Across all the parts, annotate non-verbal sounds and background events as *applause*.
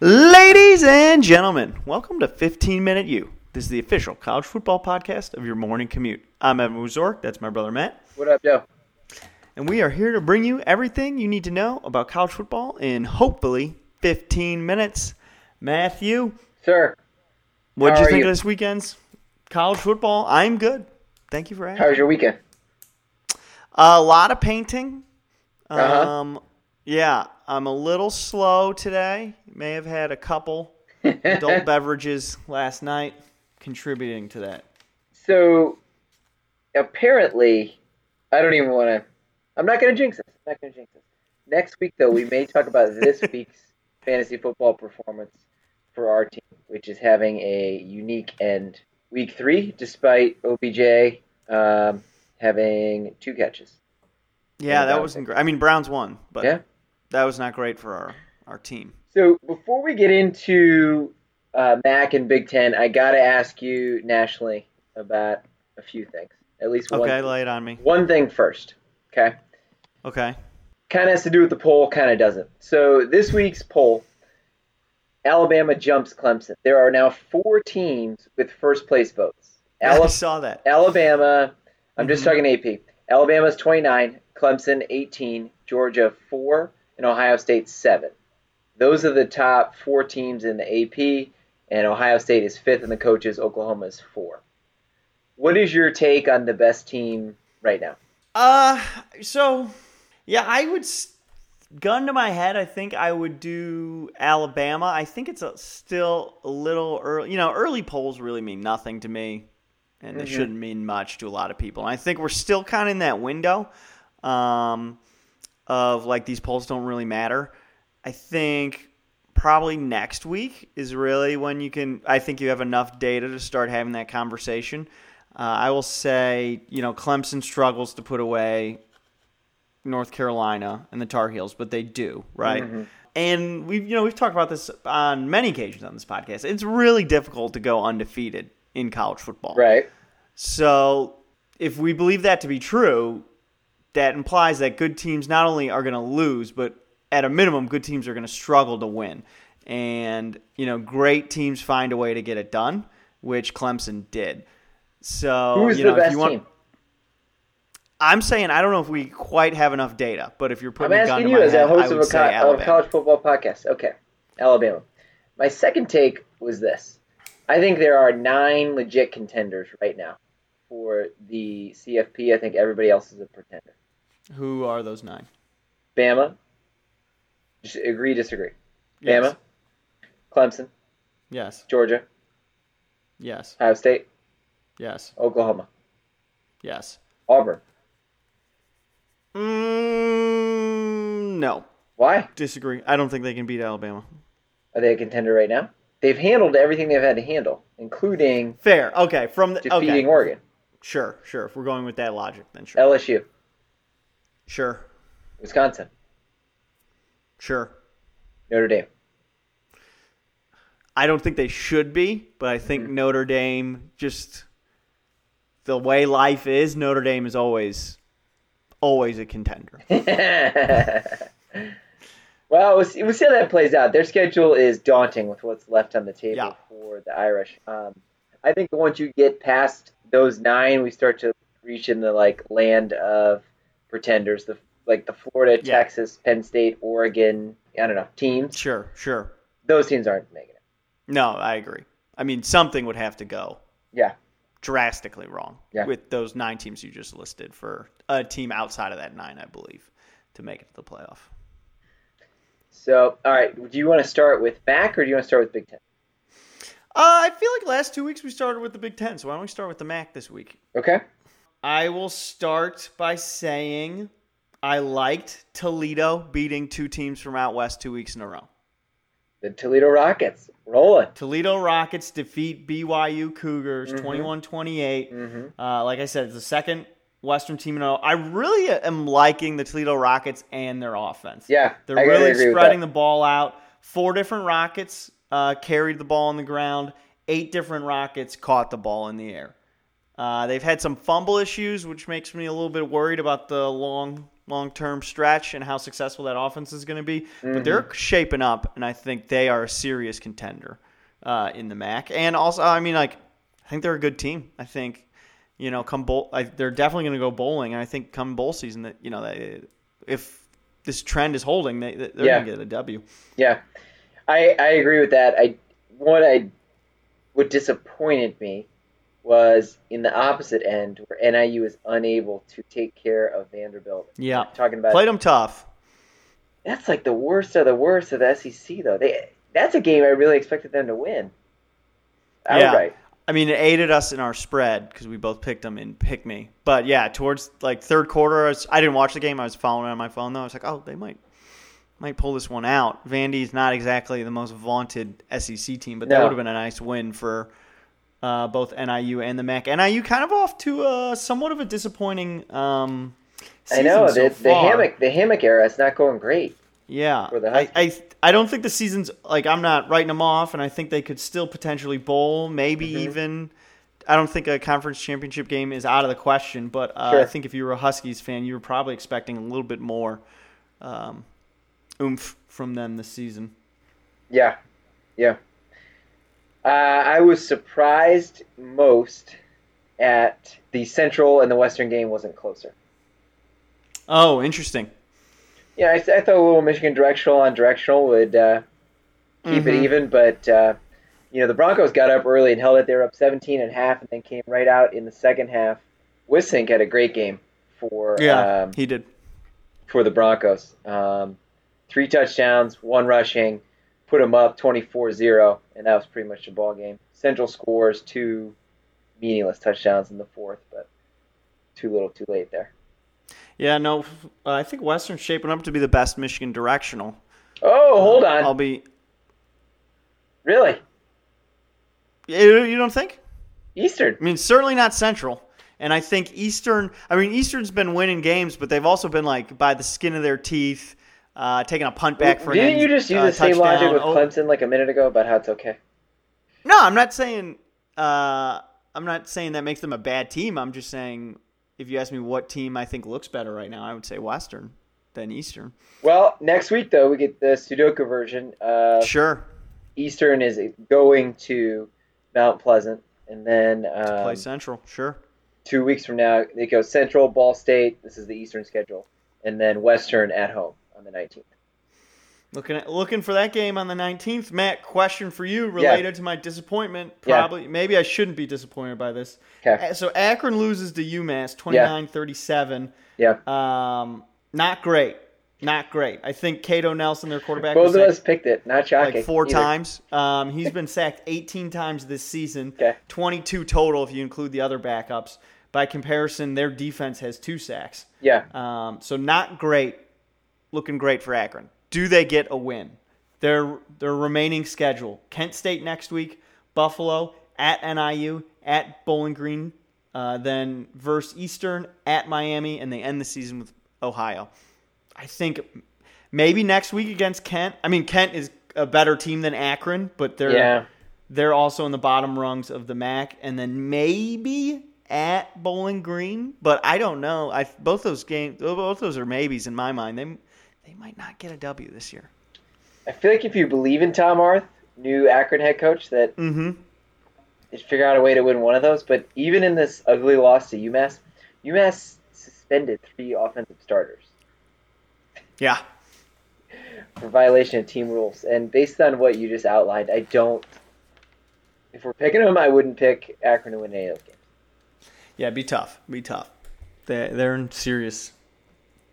Ladies and gentlemen, welcome to 15 Minute You. This is the official college football podcast of your morning commute. I'm Evan Wuzork, that's my brother Matt, What up, yo? and we are here to bring you everything you need to know about college football in hopefully 15 minutes. Matthew, Sir, what'd How you are think you? of this weekend's college football? I'm good. Thank you for asking. how was your weekend? A lot of painting. Uh-huh. Um, yeah, I'm a little slow today. May have had a couple *laughs* adult beverages last night contributing to that. So, apparently, I don't even want to. I'm not going to jinx this. I'm not going to jinx this. Next week, though, we may talk about this week's fantasy football performance for our team, which is having a unique end. Week three, despite OBJ um, having two catches. Yeah, Yeah, that that wasn't great. I mean, Browns won, but Yeah. that was not great for our, our team. So before we get into uh, Mac and Big Ten, I gotta ask you nationally about a few things. At least one. Okay, lay it on me. One thing first. Okay. Okay. *laughs* Kind of has to do with the poll. Kind of doesn't. So this week's poll, Alabama jumps Clemson. There are now four teams with first place votes. I Ala- saw that. Alabama. I'm just Mhm. talking AP. Alabama's 29, Clemson 18, Georgia 4, and Ohio State 7. Those are the top four teams in the AP, and Ohio State is fifth in the coaches. Oklahoma is four. What is your take on the best team right now? Uh, so yeah, I would s- gun to my head. I think I would do Alabama. I think it's a, still a little early. You know, early polls really mean nothing to me, and they Mhm. shouldn't mean much to a lot of people. And I think we're still kind of in that window um, of like these polls don't really matter. I think probably next week is really when you can. I think you have enough data to start having that conversation. Uh, I will say, you know, Clemson struggles to put away North Carolina and the Tar Heels, but they do, right? And we've, you know, we've talked about this on many occasions on this podcast. It's really difficult to go undefeated in college football. Right. So, if we believe that to be true, that implies that good teams not only are going to lose, but at a minimum, good teams are going to struggle to win. And, you know, great teams find a way to get it done, which Clemson did. So, Who's Um, you the know, if best you want, team? I'm saying I don't know if we quite have enough data, but if you're I'm putting a gun to asking my you as head, a I host would of a say co- of Alabama. a college football podcast. Okay, Alabama. My second take was this: I think there are nine legit contenders right now for the CFP. I think everybody else is a pretender. Who are those nine? Bama. Just agree, disagree. Yes. Bama, Clemson, Yes. Georgia, Yes. Ohio State, Yes. Oklahoma, Yes. Auburn. Oh. Mm, no. Why Disagree. I don't think they can beat Alabama. are they a contender right now? They've handled everything they've had to handle, including Fair. Okay. From the defeating okay. Oregon, Sure. Sure. If we're going with that logic, then sure. LSU, sure. Wisconsin, Sure. Notre Dame. I don't think they should be, but I think Mm-hmm. Notre Dame just the way life is. Notre Dame is always always a *laughs* contender. well, we'll see, we'll see how that plays out. Their schedule is daunting with what's left on the table Yeah. for the Irish. Um, I think once you get past those nine, we start to reach in the like land of pretenders, the like the Florida, Yeah. Texas, Penn State, Oregon. I don't know teams. sure. Sure. Those teams aren't making it. No, I agree. I mean, something would have to go Yeah, drastically wrong Yeah. with those nine teams you just listed for a team outside of that nine, I believe, to make it to the playoff. So, all right. Do you want to start with Mac or do you want to start with Big Ten? Uh, I feel like last two weeks we started with the Big Ten, so why don't we start with the MAC this week? Okay. I will start by saying I liked Toledo beating two teams from out west two weeks in a row. The Toledo Rockets rolling. Toledo Rockets defeat BYU Cougars 21 28. Mhm. Uh, like I said, it's the second Western team in a row. I really am liking the Toledo Rockets and their offense. Yeah, They're I gotta really agree with spreading that. the ball out. Four different Rockets uh, carried the ball on the ground. Eight different Rockets caught the ball in the air. Uh, they've had some fumble issues, which makes me a little bit worried about the long long term stretch and how successful that offense is going to be. But they're Mm-hmm. shaping up, and I think they are a serious contender uh, in the MAC. And also, I mean, like, I think they're a good team. I think you know, come bowl, I, they're definitely going to go bowling. And I think come bowl season, that you know, they, if this trend is holding, they they're Yeah. going to get a W. Yeah, I I agree with that. I what I what disappointed me was in the opposite end where NIU is unable to take care of Vanderbilt. Yeah. talking about Played them tough. that's like the worst of the worst of the SEC though. They that's a game I really expected them to win. Yeah. Outright. I mean, it aided us in our spread because we both picked them in pick me. But yeah, towards like third quarter, I, was, I didn't watch the game. I was following it on my phone though. I was like, oh, they might might pull this one out. Vandy's not exactly the most vaunted SEC team, but that No. would have been a nice win for uh, both NIU and the MAC. NIU kind of off to uh, somewhat of a disappointing. Um, I season know so the, the far. hammock the hammock era is not going great. Yeah, for the I, Huskies. I I don't think the season's like I'm not writing them off, and I think they could still potentially bowl, maybe Mm-hmm. even. I don't think a conference championship game is out of the question, but uh, I Sure. think if you were a Huskies fan, you were probably expecting a little bit more um, oomph from them this season. Yeah, yeah. Uh, I was surprised most at the Central and the Western game wasn't closer. Oh, interesting. Yeah, I, I thought a little Michigan directional on directional would uh, keep it Mhm. even, but uh, you know the Broncos got up early and held it. They were up 17 and a half, and then came right out in the second half. Wissink had a great game for Yeah, um, he did. for the Broncos. Um, three touchdowns, one rushing, put them up 24-0, and that was pretty much the ball game. Central scores two meaningless touchdowns in the fourth, but too little, too late there. Yeah, no, f- uh, I think Western's shaping up to be the best Michigan directional. Oh, hold on, I'll be. really? You you don't think? Eastern? I mean, certainly not Central. And I think Eastern, I mean, Eastern's been winning games, but they've also been like by the skin of their teeth, uh, taking a punt back for an Didn't end, you just use uh, the same touchdown. logic with Oh, Clemson like a minute ago about how it's okay? No, I'm not saying, uh, I'm not saying that makes them a bad team. I'm just saying, if you ask me what team I think looks better right now, I would say Western than Eastern. Well, next week though we get the Sudoku version. Uh, Sure, Eastern is going to Mount Pleasant, and then to play um, Central. Sure. two weeks from now they go Central, Ball State. This is the Eastern schedule, and then Western at home on the 19th. Looking at, looking for that game on the 19th. Matt, question for you related to my disappointment. Yeah. Probably, maybe I shouldn't be disappointed by this. Okay. Uh, So Akron loses to UMass 29-37. Yeah. Um, not great. Not great. I think Cato Nelson, their quarterback, was Both of sacked us picked it. Not shocking. like four either. times. Um, he's been sacked 18 times this season, Okay. 22 total if you include the other backups. By comparison, their defense has two sacks. Yeah. Um, so not great, looking great for Akron. Do they get a win? Their their remaining schedule: Kent State next week, Buffalo at NIU, at Bowling Green, uh, then versus Eastern at Miami, and they end the season with Ohio. I think maybe next week against Kent. I mean, Kent is a better team than Akron, but they're Yeah. they're also in the bottom rungs of the MAC, and then maybe at Bowling Green, but I don't know. I both those games, both those are maybes in my mind. They they might not get a W this year. I feel like if you believe in Tom Arth, new Akron head coach, that Mm-hmm. you should figure out a way to win one of those. But even in this ugly loss to UMass, UMass suspended three offensive starters Yeah, for violation of team rules. And based on what you just outlined, I don't. If we're picking them, I wouldn't pick Akron to win any of those games. yeah. Be tough. Be tough. They they're in serious.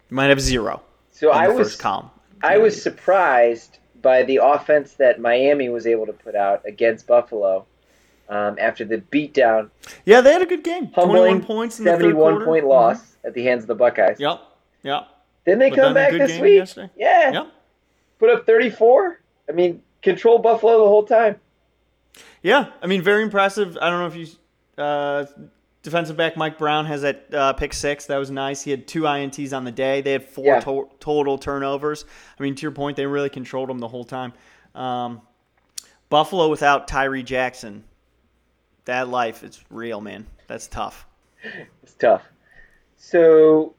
Might have zero So in I the was first column. I was surprised by the offense that Miami was able to put out against Buffalo um, after the beatdown, Yeah, they had a good game. humbling Twenty-one points in the third seventy-one quarter. point loss at the hands of the Buckeyes. Yep. Yep. Then they But come then a back good this game week. yesterday. Yeah, Yep. put up thirty-four. I mean, control Buffalo the whole time. Yeah, I mean, very impressive. I don't know if you uh, defensive back Mike Brown has that uh, pick six. That was nice. He had two ints on the day. They had four Yeah. to- total turnovers. I mean, to your point, they really controlled them the whole time. Um, Buffalo without Tyree Jackson, that life is real, man. That's tough. It's tough. So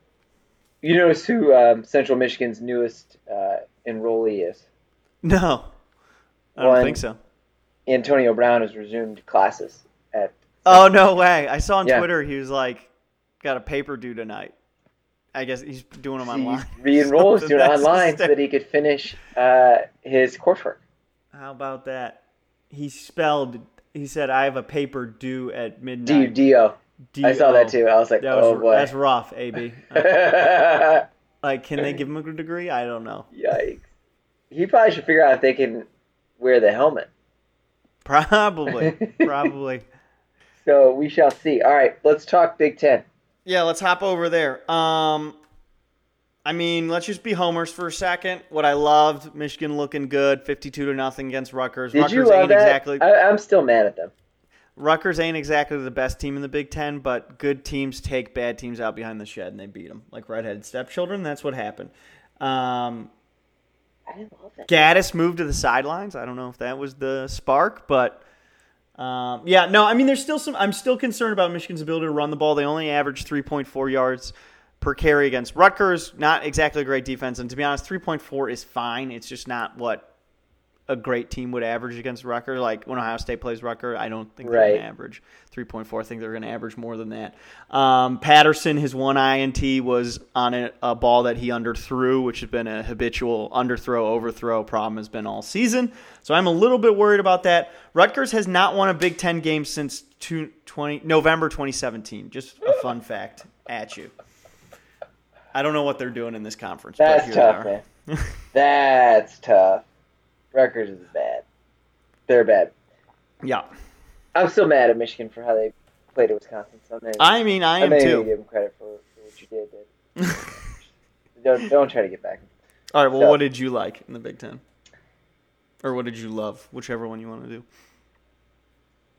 You notice who um, Central Michigan's newest uh, enrollee is? *laughs* No, I don't One. think so. Antonio Brown has resumed classes at. Oh no way! I saw on Yeah. Twitter he was like, got a paper due tonight. I guess he's doing them He online. *laughs* re-enrolls to Something it that's online so hysterical. that he could finish uh, his coursework. How about that? He spelled. He said, "I have a paper due at D U midnight." D O. I saw that DO. too. I was like, That was oh that's boy. rough, AB. Uh, *laughs* Yikes. like, can they give him a degree? I don't know. *laughs* He probably should figure out if they can wear the helmet. Probably, probably. So we shall see. All right, let's talk Big Ten. *laughs* Yeah, let's hop over there. Um, I mean, let's just be homers for a second. What I loved, Michigan looking good, fifty-two to nothing against Rutgers. Did Rutgers you love ain't that? exactly. I, I'm still mad at them. Rutgers ain't exactly the best team in the Big Ten, but good teams take bad teams out behind the shed and they beat them like redheaded stepchildren. That's what happened. Um, I didn't love that. Gaddis moved to the sidelines. I don't know if that was the spark, but um, yeah, no. I mean, there's still some. I'm still concerned about Michigan's ability to run the ball. They only averaged 3.4 yards per carry against Rutgers. Not exactly a great defense, and to be honest, 3.4 is fine. It's just not what a great team would average against Rutgers. Like when Ohio State plays Rutgers, I don't think they're Right. going to average 3.4. I think they're going to average more than that. Um, Patterson, his one INT was on a, a ball that he underthrew, which has been a habitual underthrow, overthrow problem has been all season. So I'm a little bit worried about that. Rutgers has not won a Big Ten game since two, 20, November 2017. Just a fun fact at you. I don't know what they're doing in this conference. but That's here tough, they are. man. That's tough. Rutgers is bad. They're bad. *laughs* Yeah. I'm still mad at Michigan for how they played at Wisconsin. So I'm not even- I mean, I I'm am not even too. gonna give them credit for, for what you did. Dave. *laughs* don't don't try to get back. All right. Well, So- what did you like in the Big Ten, or what did you love? Whichever one you want to do.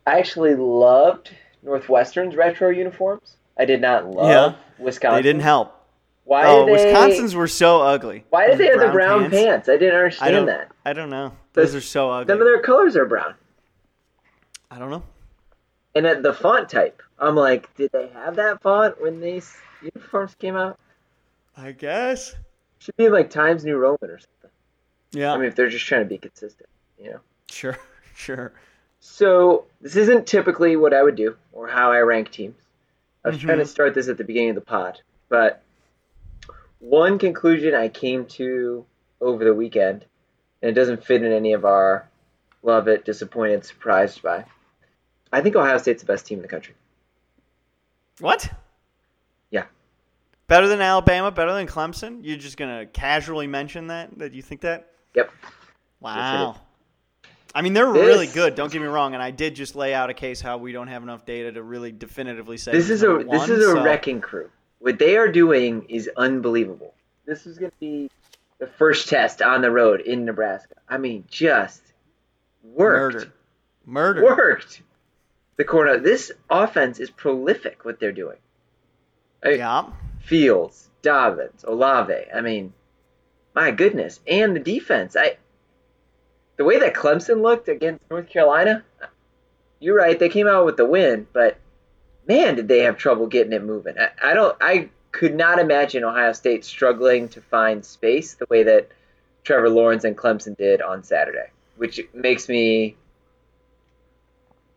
I actually loved Northwestern's retro uniforms. I did not love Wisconsin. They didn't help. Why Oh, did they, Wisconsin's were so ugly. Why did they have the brown pants? pants? I didn't I understand don't. that. I don't know. Those- Those are so ugly. None of their colors are brown, I don't know. and at the font type, I'm like, did they have that font when these uniforms came out? I guess. Should be like Times New Roman or something. Yeah. I mean, if they're just trying to be consistent, you know. sure. *laughs* Sure. So this isn't typically what I would do or how I rank teams. I was trying to start this at the beginning of the pod, but one conclusion I came to over the weekend, and it doesn't fit in any of our love it, disappointed, surprised by. I think Ohio State's the best team in the country. What? Yeah. Better than Alabama. Better than Clemson. You're just gonna casually mention that that you think that. Yep. Wow. I mean, they're This- really good. Don't get me wrong. And I did just lay out a case how we don't have enough data to really definitively say This who's is a number this one, is a so- wrecking crew. What they are doing is unbelievable. This is going to be the first test on the road in Nebraska. I mean, just worked. murder, murder. worked. The corner. This offense is prolific. What they're doing. I mean, Yeah. Fields, Dobbins, Olave. I mean, my goodness. And the defense. I. The way that Clemson looked against North Carolina. You're right. They came out with the win, but man, did they have trouble getting it moving. I, I don't. I could not imagine Ohio State struggling to find space the way that Trevor Lawrence and Clemson did on Saturday, which makes me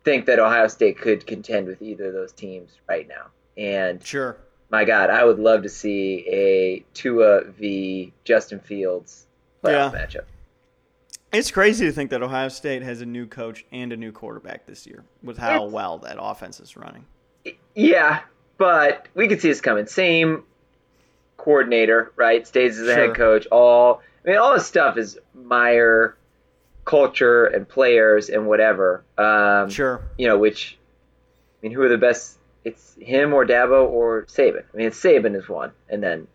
think that Ohio State could contend with either of those teams right now. And Sure. my God, I would love to see a Tua v. Justin Fields playoff Yeah. matchup. It's crazy to think that Ohio State has a new coach and a new quarterback this year with how It's- well that offense is running. Yeah, but we could see this coming. Same coordinator, right? Stays as a Sure. head coach. All I mean, all this stuff is Meyer culture and players and whatever. Um, Sure. You know, which I mean, who are the best? It's him or Dabo or Saban. I mean, it's Saban is one, and then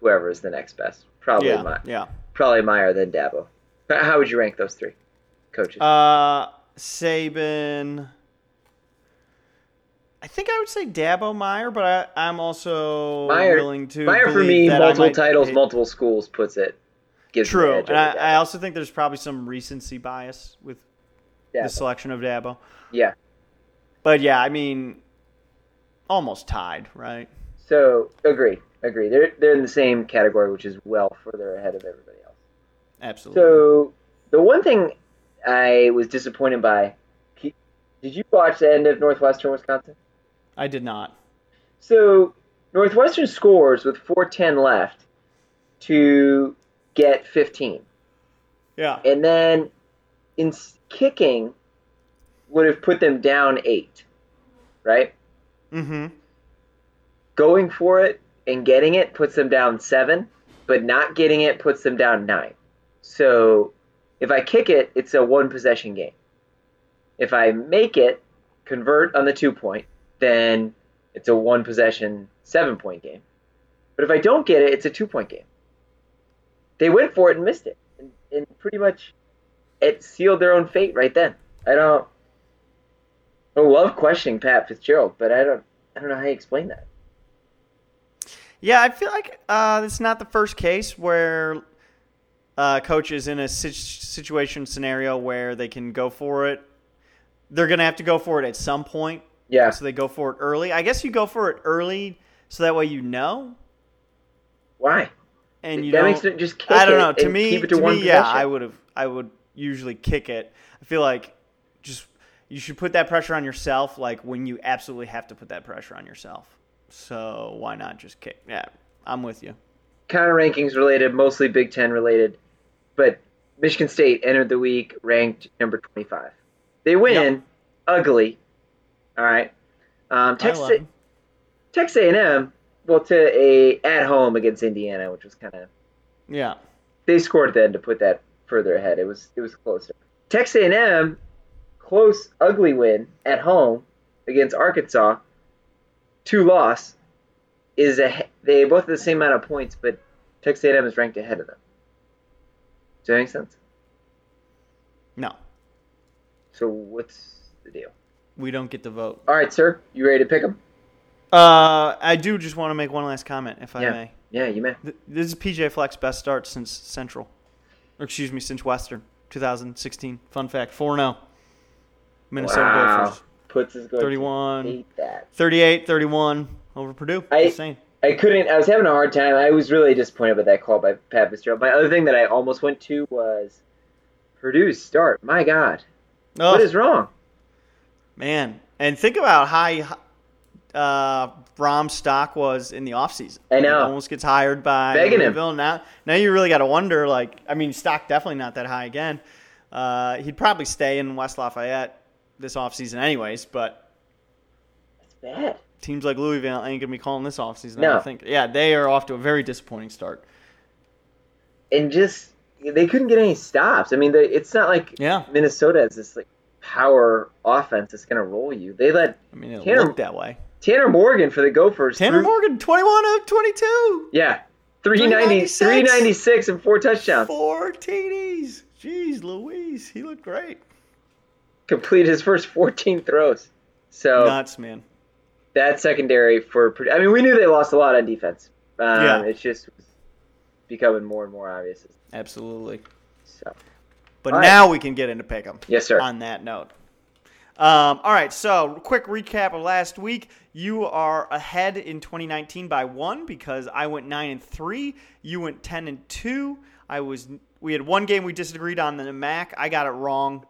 whoever is the next best. Probably yeah. Meyer. Yeah. Probably Meyer then Dabo. H- How would you rank those three coaches? Uh, Saban. I think I would say Dabo Meyer, but I, I'm also Meyer- willing to. Meyer for believe me, that I multiple might titles, pick- multiple schools puts it. Gives me the True, and edge over I, Dabo. I also think there's probably some recency bias with Yeah. the selection of Dabo. Yeah. But yeah, I mean, almost tied, right? So agree, agree. They're they're in the same category, which is well further ahead of everybody else. Absolutely. So the one thing I was disappointed by. Ke- Did you watch the end of Northwestern Wisconsin? I did not. So Northwestern scores with 4:10 left to get 15, Yeah. and then in s- kicking would have put them down eight, right? Mm-hmm. Going for it and getting it puts them down seven, but not getting it puts them down nine. So if I kick it, it's a one possession game. If I make it, convert on the two point, then it's a one possession seven point game. But if I don't get it, it's a two point game. They went for it and missed it, and, and pretty much it sealed their own fate right then. I don't. I love questioning Pat Fitzgerald, but I don't. I don't know how you explain that. Yeah, I feel like uh, it's not the first case where uh, coach is in a sit- situation scenario where they can go for it. They're going to have to go for it at some point. Yeah, So they go for it early. I guess you go for it early so that way you know why? and you that don't. makes it just. Kick I don't it know. To and me, keep it to, to, one me, yeah, possession. I would have. I would usually kick it. I feel like just you should put that pressure on yourself, like when you absolutely have to put that pressure on yourself. So why not just kick? Yeah, I'm with you. Counter rankings related, mostly Big Ten related, but Michigan State entered the week ranked number twenty-five. They win, ugly. All right. I Um, Texas love him. Texas A&M, well, to a at home against Indiana, which was kind of Yeah. they scored then to put that further ahead. It was it was closer. Texas A&M, close ugly win at home against Arkansas, two loss is a they both have the same amount of points, but Texas A&M is ranked ahead of them. Does that make sense? No, So what's the deal? we don't get the vote. All right, sir, you ready to pick them? Uh, I do just want to make one last comment, if I Yeah. may. Yeah, you may. Th- This is PJ Fleck's best start since Central, or excuse me, since Western, 2016. Fun fact: 4-0. Minnesota wow. Gophers, Puts his going 31. Hate that. 38 31 over Purdue. I- Insane. I couldn't. I was having a hard time. I was really disappointed by that call by Pat Fitzgerald. My other thing that I almost went to was Purdue's start. My God, Oh, what is wrong? man. And think about how uh, Brom's stock was in the offseason. I know. Like, almost gets hired by Begging him. Louisville. Now, now you really got to wonder. Like, I mean, stock definitely not that high again. Uh, he'd probably stay in West Lafayette this offseason, anyways. But It's bad. teams like Louisville ain't gonna be calling this offseason. I No. don't think. Yeah, they are off to a very disappointing start. And just they couldn't get any stops. I mean, they, it's not like Yeah, Minnesota is this like power offense that's going to roll you. They let I mean, it Tanner- looked that way. Tanner Morgan for the Gophers. Tanner threw- Morgan, 21 of 22. Yeah, 390, 396. 396 and four touchdowns. Four TDs. Jeez, Louise, he looked great. Completed his first 14 throws. So Nuts, man. that secondary for Purdue- I mean we knew they lost a lot on defense. Um, Yeah. It's just becoming more and more obvious. Absolutely. So But All right. now we can get into pick 'em. yes, sir. On that note. Um, all right, so quick recap of last week. You are ahead in 2019 by one because I went nine and three. You went ten and two. I was. We had one game we disagreed on the MAC. I got it wrong.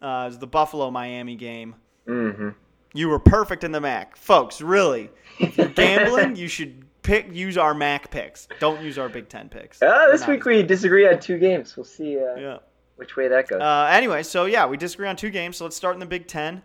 Uh, it was the Buffalo Miami game. hmm You were perfect in the MAC, folks. Really, if you're gambling, you should pick use our MAC picks. Don't use our Big Ten picks. *laughs* Uh, this Not- week we disagree on two games. We'll see uh, Yeah. which way that goes. Uh, anyway, so yeah, we disagree on two games. So let's start in the Big Ten.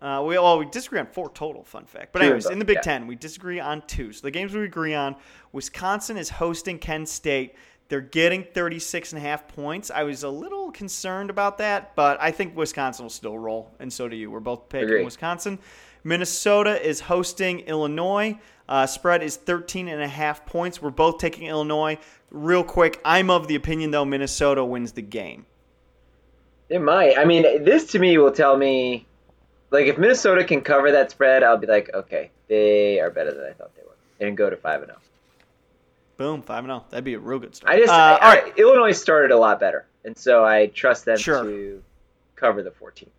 Uh, we well, we disagree on four total. Fun fact, but Two anyways, of them, in the Big yeah. Ten, we disagree on two. So the games we agree on: Wisconsin is hosting Kent State. They're getting 36 and a half points. I was a little concerned about that, but I think Wisconsin will still roll, and so do you. We're both picking Agreed. Wisconsin. Minnesota is hosting Illinois. Uh, spread is 13 and a half points. We're both taking Illinois. Real quick, I'm of the opinion though Minnesota wins the game. it might. I mean, this to me will tell me, like, if Minnesota can cover that spread, I'll be like, okay, they are better than I thought they were. They didn't go to five and zero. Boom, five and zero. That'd be a real good start. I just, Uh, I- all right, I- Illinois started a lot better, and so I trust them Sure. to cover the fourteen.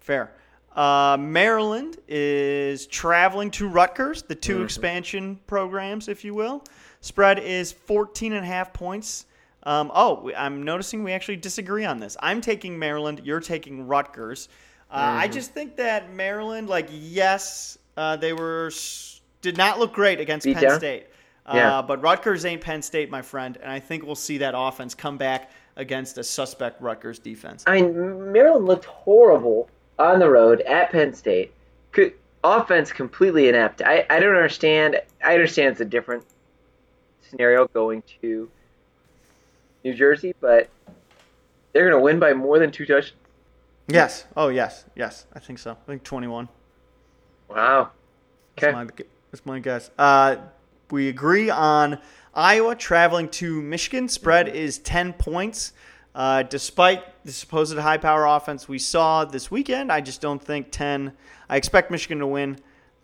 fair. Uh, Maryland is traveling to Rutgers, the 2 expansion programs, if you will. Spread is 14 and a half points. Um, oh, we- I'm noticing we actually disagree on this. I'm taking Maryland. You're taking Rutgers. Uh, I just think that Maryland, like, yes, uh, they were s- did not look great against Beat Penn down? State. Uh, Yeah. But Rutgers ain't Penn State, my friend, and I think we'll see that offense come back against a suspect Rutgers defense. I mean, Maryland looked horrible on the road at Penn State. Could, offense completely inept. I, I don't understand. I understand it's a different scenario going to New Jersey, but they're going to win by more than two touchdowns. Yes. Oh, yes. Yes. I think so. I think 21. Wow. That's Okay. my, that's my guess. Uh, we agree on Iowa traveling to Michigan. Spread is 10 points. Uh, despite the supposed high power offense we saw this weekend, I just don't think 10. I expect Michigan to win.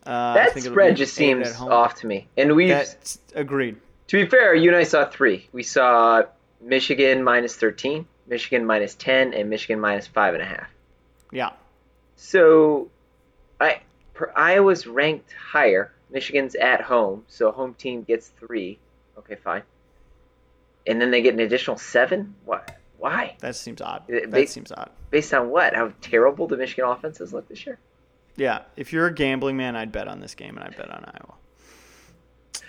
Uh, I that think it'll spread be just favored at seems home. off to me. And we, have That's agreed. to be fair, you and I saw three. We saw Michigan minus 13, Michigan minus 10, and Michigan minus 5.5. Yeah. So, I per, Iowa's ranked higher. Michigan's at home, so home team gets three. Okay, fine. And then they get an additional seven. What? Why? That seems odd. It- That they- seems odd. Based on what? How terrible the Michigan offense has looked this year. Yeah, if you're a gambling man, I'd bet on this game and I'd bet on Iowa.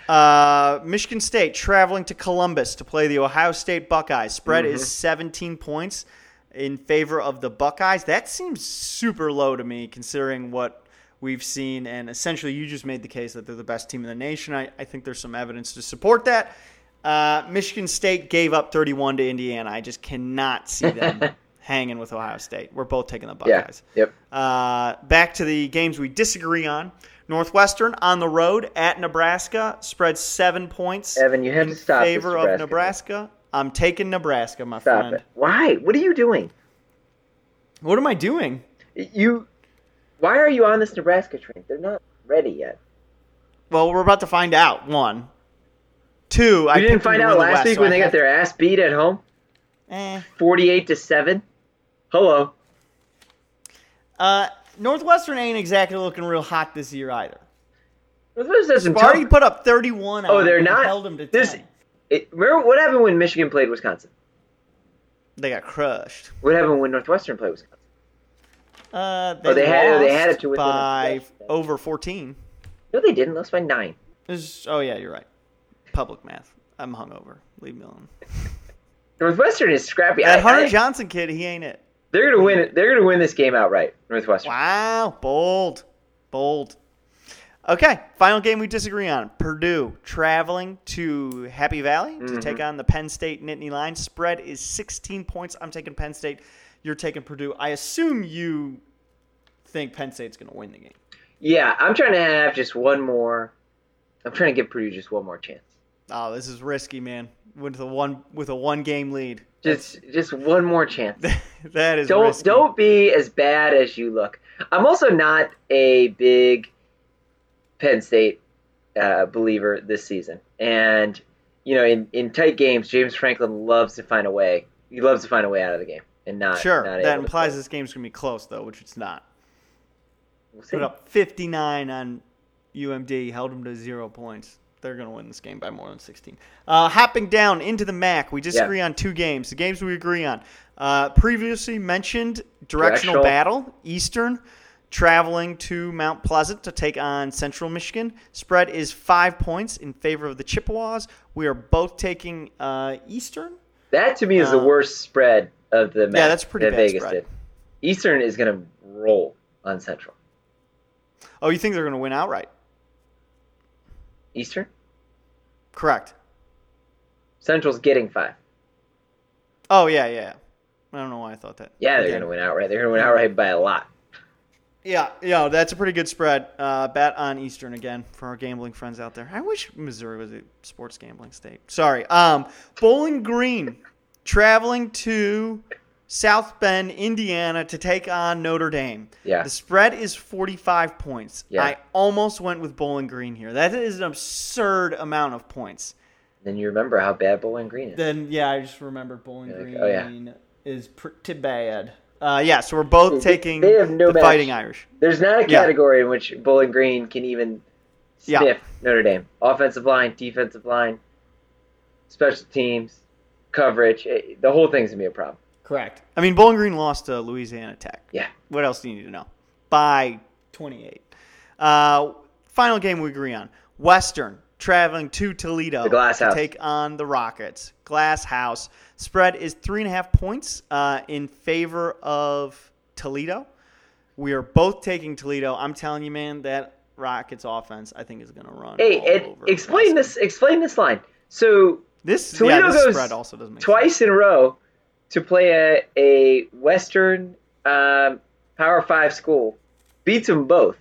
Uh, Michigan State traveling to Columbus to play the Ohio State Buckeyes. Spread Mm-hmm. is 17 points in favor of the Buckeyes. That seems super low to me considering what we've seen. And essentially, you just made the case that they're the best team in the nation. I, I think there's some evidence to support that. Uh, Michigan State gave up 31 to Indiana. I just cannot see *laughs* them hanging with Ohio State. We're both taking the Yeah. Buckeyes. Yep. Uh, back to the games we disagree on. Northwestern on the road at Nebraska spread seven points Evan, you have in to stop. this favor of Nebraska. I'm taking Nebraska, my Stop friend. it. Why? What are you doing? What am I doing? You. Why are you on this Nebraska train? They're not ready yet. Well, we're about to find out. One, two. I We didn't picked them find to out win the last West, week so when I they got have- their ass beat at home, Eh. forty-eight to seven. Hello. Uh, Northwestern ain't exactly looking real hot this year either. This doesn't Barty tell- put up 31. on Oh, them they're and not. Held them to This- 10. It, remember what happened when Michigan played Wisconsin? They got crushed. What happened when Northwestern played Wisconsin? Uh, they, Oh, they had- lost they had it to within a by possession. over 14. No, they didn't. Lost by nine. Is- oh yeah, you're right. Public math. I'm hungover. Leave me alone. Northwestern is scrappy. I- *laughs* That Hunter I- Johnson kid, he ain't it. they're gonna win. They're gonna win this game outright. Northwestern. Wow, bold, bold. Okay, final game we disagree on. Purdue traveling to Happy Valley Mm-hmm. to take on the Penn State Nittany Lion. Spread is 16 points. I'm taking Penn State. You're taking Purdue. I assume you think Penn State's going to win the game. Yeah, I'm trying to have just one more. I'm trying to give Purdue just one more chance. Oh, this is risky, man. With a one with a one game lead. Just just one more chance. *laughs* that is Don't risky. don't be as bad as you look. I'm also not a big Penn State uh, believer this season, and you know, in, in tight games, James Franklin loves to find a way. He loves to find a way out of the game, and not Sure, that not able to implies play. this game's going to be close though, which it's not. We'll see. put up *laughs* 59 on UMD, held them to zero points. They're going to win this game by more than 16. Uh, hopping down into the MAC, we disagree on two games. The games we agree on. Uh, previously mentioned directional Directional. battle, Eastern traveling to Mount Pleasant to take on Central Michigan. Spread is five points in favor of the Chippewas. We are both taking uh, Eastern. That to me is the Um, worst spread of the match that's pretty that bad Vegas spread. did. Eastern is going to roll on Central. Oh, you think they're going to win outright? Eastern Correct. Central's getting five. Oh, yeah, yeah. yeah. I don't know why I thought that. Yeah, they're Again. going to win outright. They're going to win outright by a lot. Yeah, yeah, that's a pretty good spread. Uh, bet on Eastern again for our gambling friends out there. I wish Missouri was a sports gambling state. Sorry. Um, Bowling Green traveling to South Bend, Indiana to take on Notre Dame. Yeah. The spread is 45 points. Yeah. I almost went with Bowling Green here. That is an absurd amount of points. Then you remember how bad Bowling Green is. Oh, Then, yeah, I just remembered Bowling You're like, Green oh, yeah. is pretty bad. Uh, yeah, so we're both They- taking they have no the match. Fighting Irish. There's not a Yeah. category in which Bowling Green can even Yeah. sniff Notre Dame. Offensive line, defensive line, special teams, coverage. eh, the whole thing's gonna be a problem. Correct. I mean, Bowling Green lost to Louisiana Tech. Yeah. What else do you need to know? By 28. Uh, final game we agree on Western traveling to Toledo The Glass to House. take on the Rockets. Glass House. Spread is three and a half points uh, in favor of Toledo. We are both taking Toledo. I'm telling you, man, that Rockets offense I think is going to run. Hey, all Ed, over explain Western. this. Explain this line. So This Toledo yeah, this goes spread also doesn't make sense. twice in a row to play a, a Western um, Power Five school beats them both,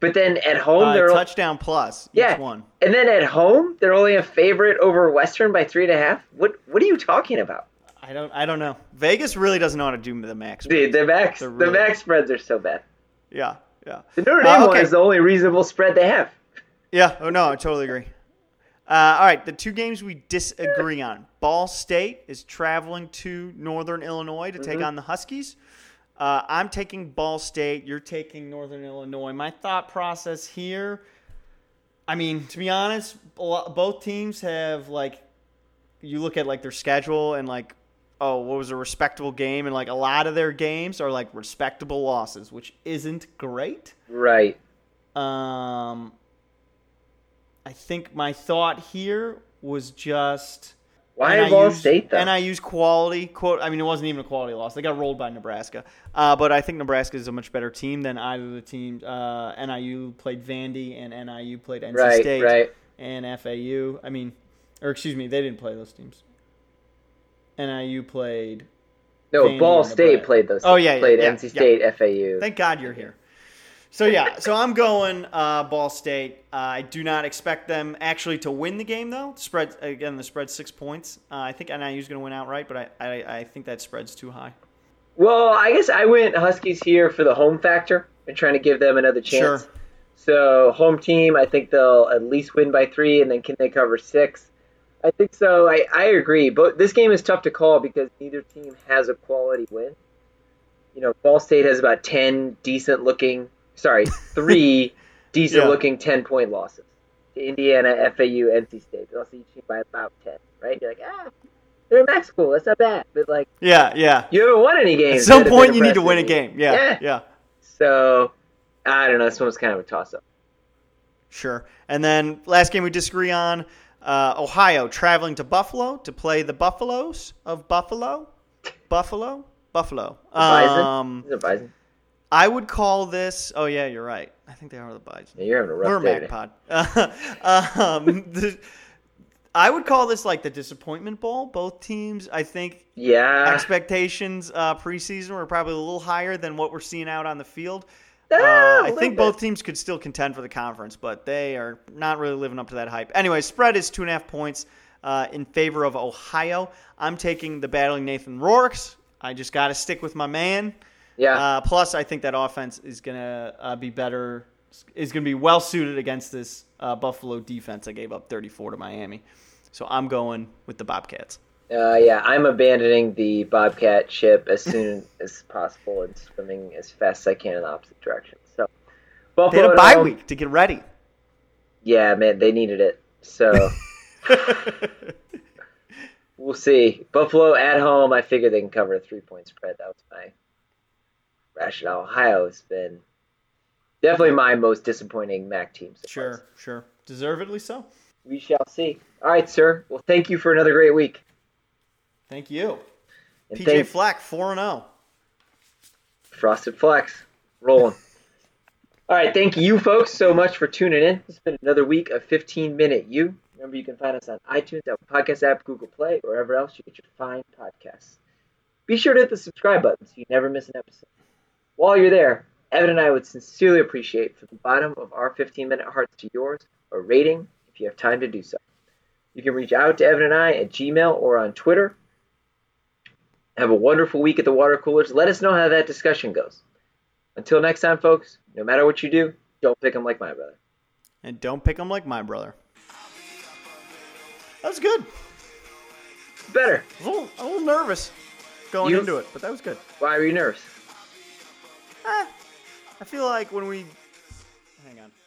but then at home Uh, they're touchdown plus. yeah, Each one. and then at home they're only a favorite over Western by three and a half. What what are you talking about? I don't. I don't know. Vegas really doesn't know how to do the max. Dude, the max They're the really- max spreads are so bad. Yeah, yeah, The Notre Dame Uh, one okay. is the only reasonable spread they have. yeah. Oh no, I totally agree. Uh, all right, the two games we disagree on. Ball State is traveling to Northern Illinois to Mm-hmm. take on the Huskies. Uh, I'm taking Ball State. You're taking Northern Illinois. My thought process here. I mean, to be honest, a lot- both teams have like you look at like their schedule and like oh what was a respectable game and like a lot of their games are like respectable losses which isn't great Right. um i think my thought here was just Why and I Ball used- State though? and i use quality quote i mean it wasn't even a quality loss they got rolled by nebraska uh, but i think nebraska is a much better team than either of the teams uh, niu played vandy and niu played nc right, state right. and FAU. I mean, or excuse me, they didn't play those teams. NIU played. No, Vandy Ball and State Nebraska. played those. Oh, teams. yeah, yeah, played yeah, NC yeah. State, *laughs* FAU. Thank God you're here. So yeah, so I'm going uh, Ball State. Uh, I do not expect them actually to win the game though. Spread again, the spread six points. Uh, I think NIU is going to win outright, but I, I I think that spread's too high. Well, I guess I went Huskies here for the home factor and trying to give them another chance. Sure. So home team, I think they'll at least win by three, and then can they cover six? I think so. I, I agree, but this game is tough to call because neither team has a quality win. You know, Ball State has about ten decent looking, *laughs* sorry, three decent looking ten point losses to Indiana, FAU, NC State. They lost each team by about ten, right? You're like, ah, they're a max school. That's not bad, but like. Yeah, yeah. You haven't won any games. At some that have point, been you need to impressive. win a game. Yeah, Yeah. yeah, So, I don't know. This one's kind of a toss up. Sure. And then last game we disagree on. Uh, Ohio traveling to Buffalo to play the Buffaloes of Buffalo, Buffalo, Buffalo. Bison? Um, Is it Bison? I would call this. Oh yeah, you're right. I think they are the Bison. Yeah, you're having a rough We're day. today. Magpod. *laughs* um, the- I would call this like the disappointment bowl. Both teams, I think, Yeah. expectations uh, preseason were probably a little higher than what we're seeing out on the field. Ah, Uh, a I little think bit. both teams could still contend for the conference, but they are not really living up to that hype. Anyway, spread is two and a half points uh, in favor of Ohio. I'm taking the battling Nathan Rourke's. I just got to stick with my man. Yeah. Uh, plus, I think that offense is gonna uh, be better. Is gonna be well suited against this uh, Buffalo defense. I gave up 34 to Miami, so I'm going with the Bobcats. Uh, yeah. I'm abandoning the Bobcat ship as soon *laughs* as possible and swimming as fast as I can in the opposite direction. So, They Buffalo had a at bye home. week to get *laughs* ready. Yeah, man, they needed it. *laughs* So we'll see. Buffalo at home. I figure they can cover a three point spread. That was my rationale. Ohio has been definitely my most disappointing MAC team. so far. Sure, sure, deservedly so. We shall see. All right, sir. Well, thank you for another great week. Thank you, And PJ thank Flack, four and oh. zero. Frosted Flex rolling. *laughs* All right, thank you folks so much for tuning in. It's been another week of 15 Minute You. Remember, you can find us on iTunes, Apple Podcast app, Google Play, or wherever else you get your fine podcasts. Be sure to hit the subscribe button so you never miss an episode. While you're there, Evan and I would sincerely appreciate, from the bottom of our 15 minute hearts to yours, a rating if you have time to do so. You can reach out to Evan and I at Gmail or on Twitter Have a wonderful week at the water coolers. Let us know how that discussion goes. Until next time, folks, no matter what you do, don't pick 'em like my brother. And don't pick them like my brother. That was good. Better. I was a little, a little nervous. going You- into it, but that was good. Why are you nervous? Eh, I feel like when we hang on.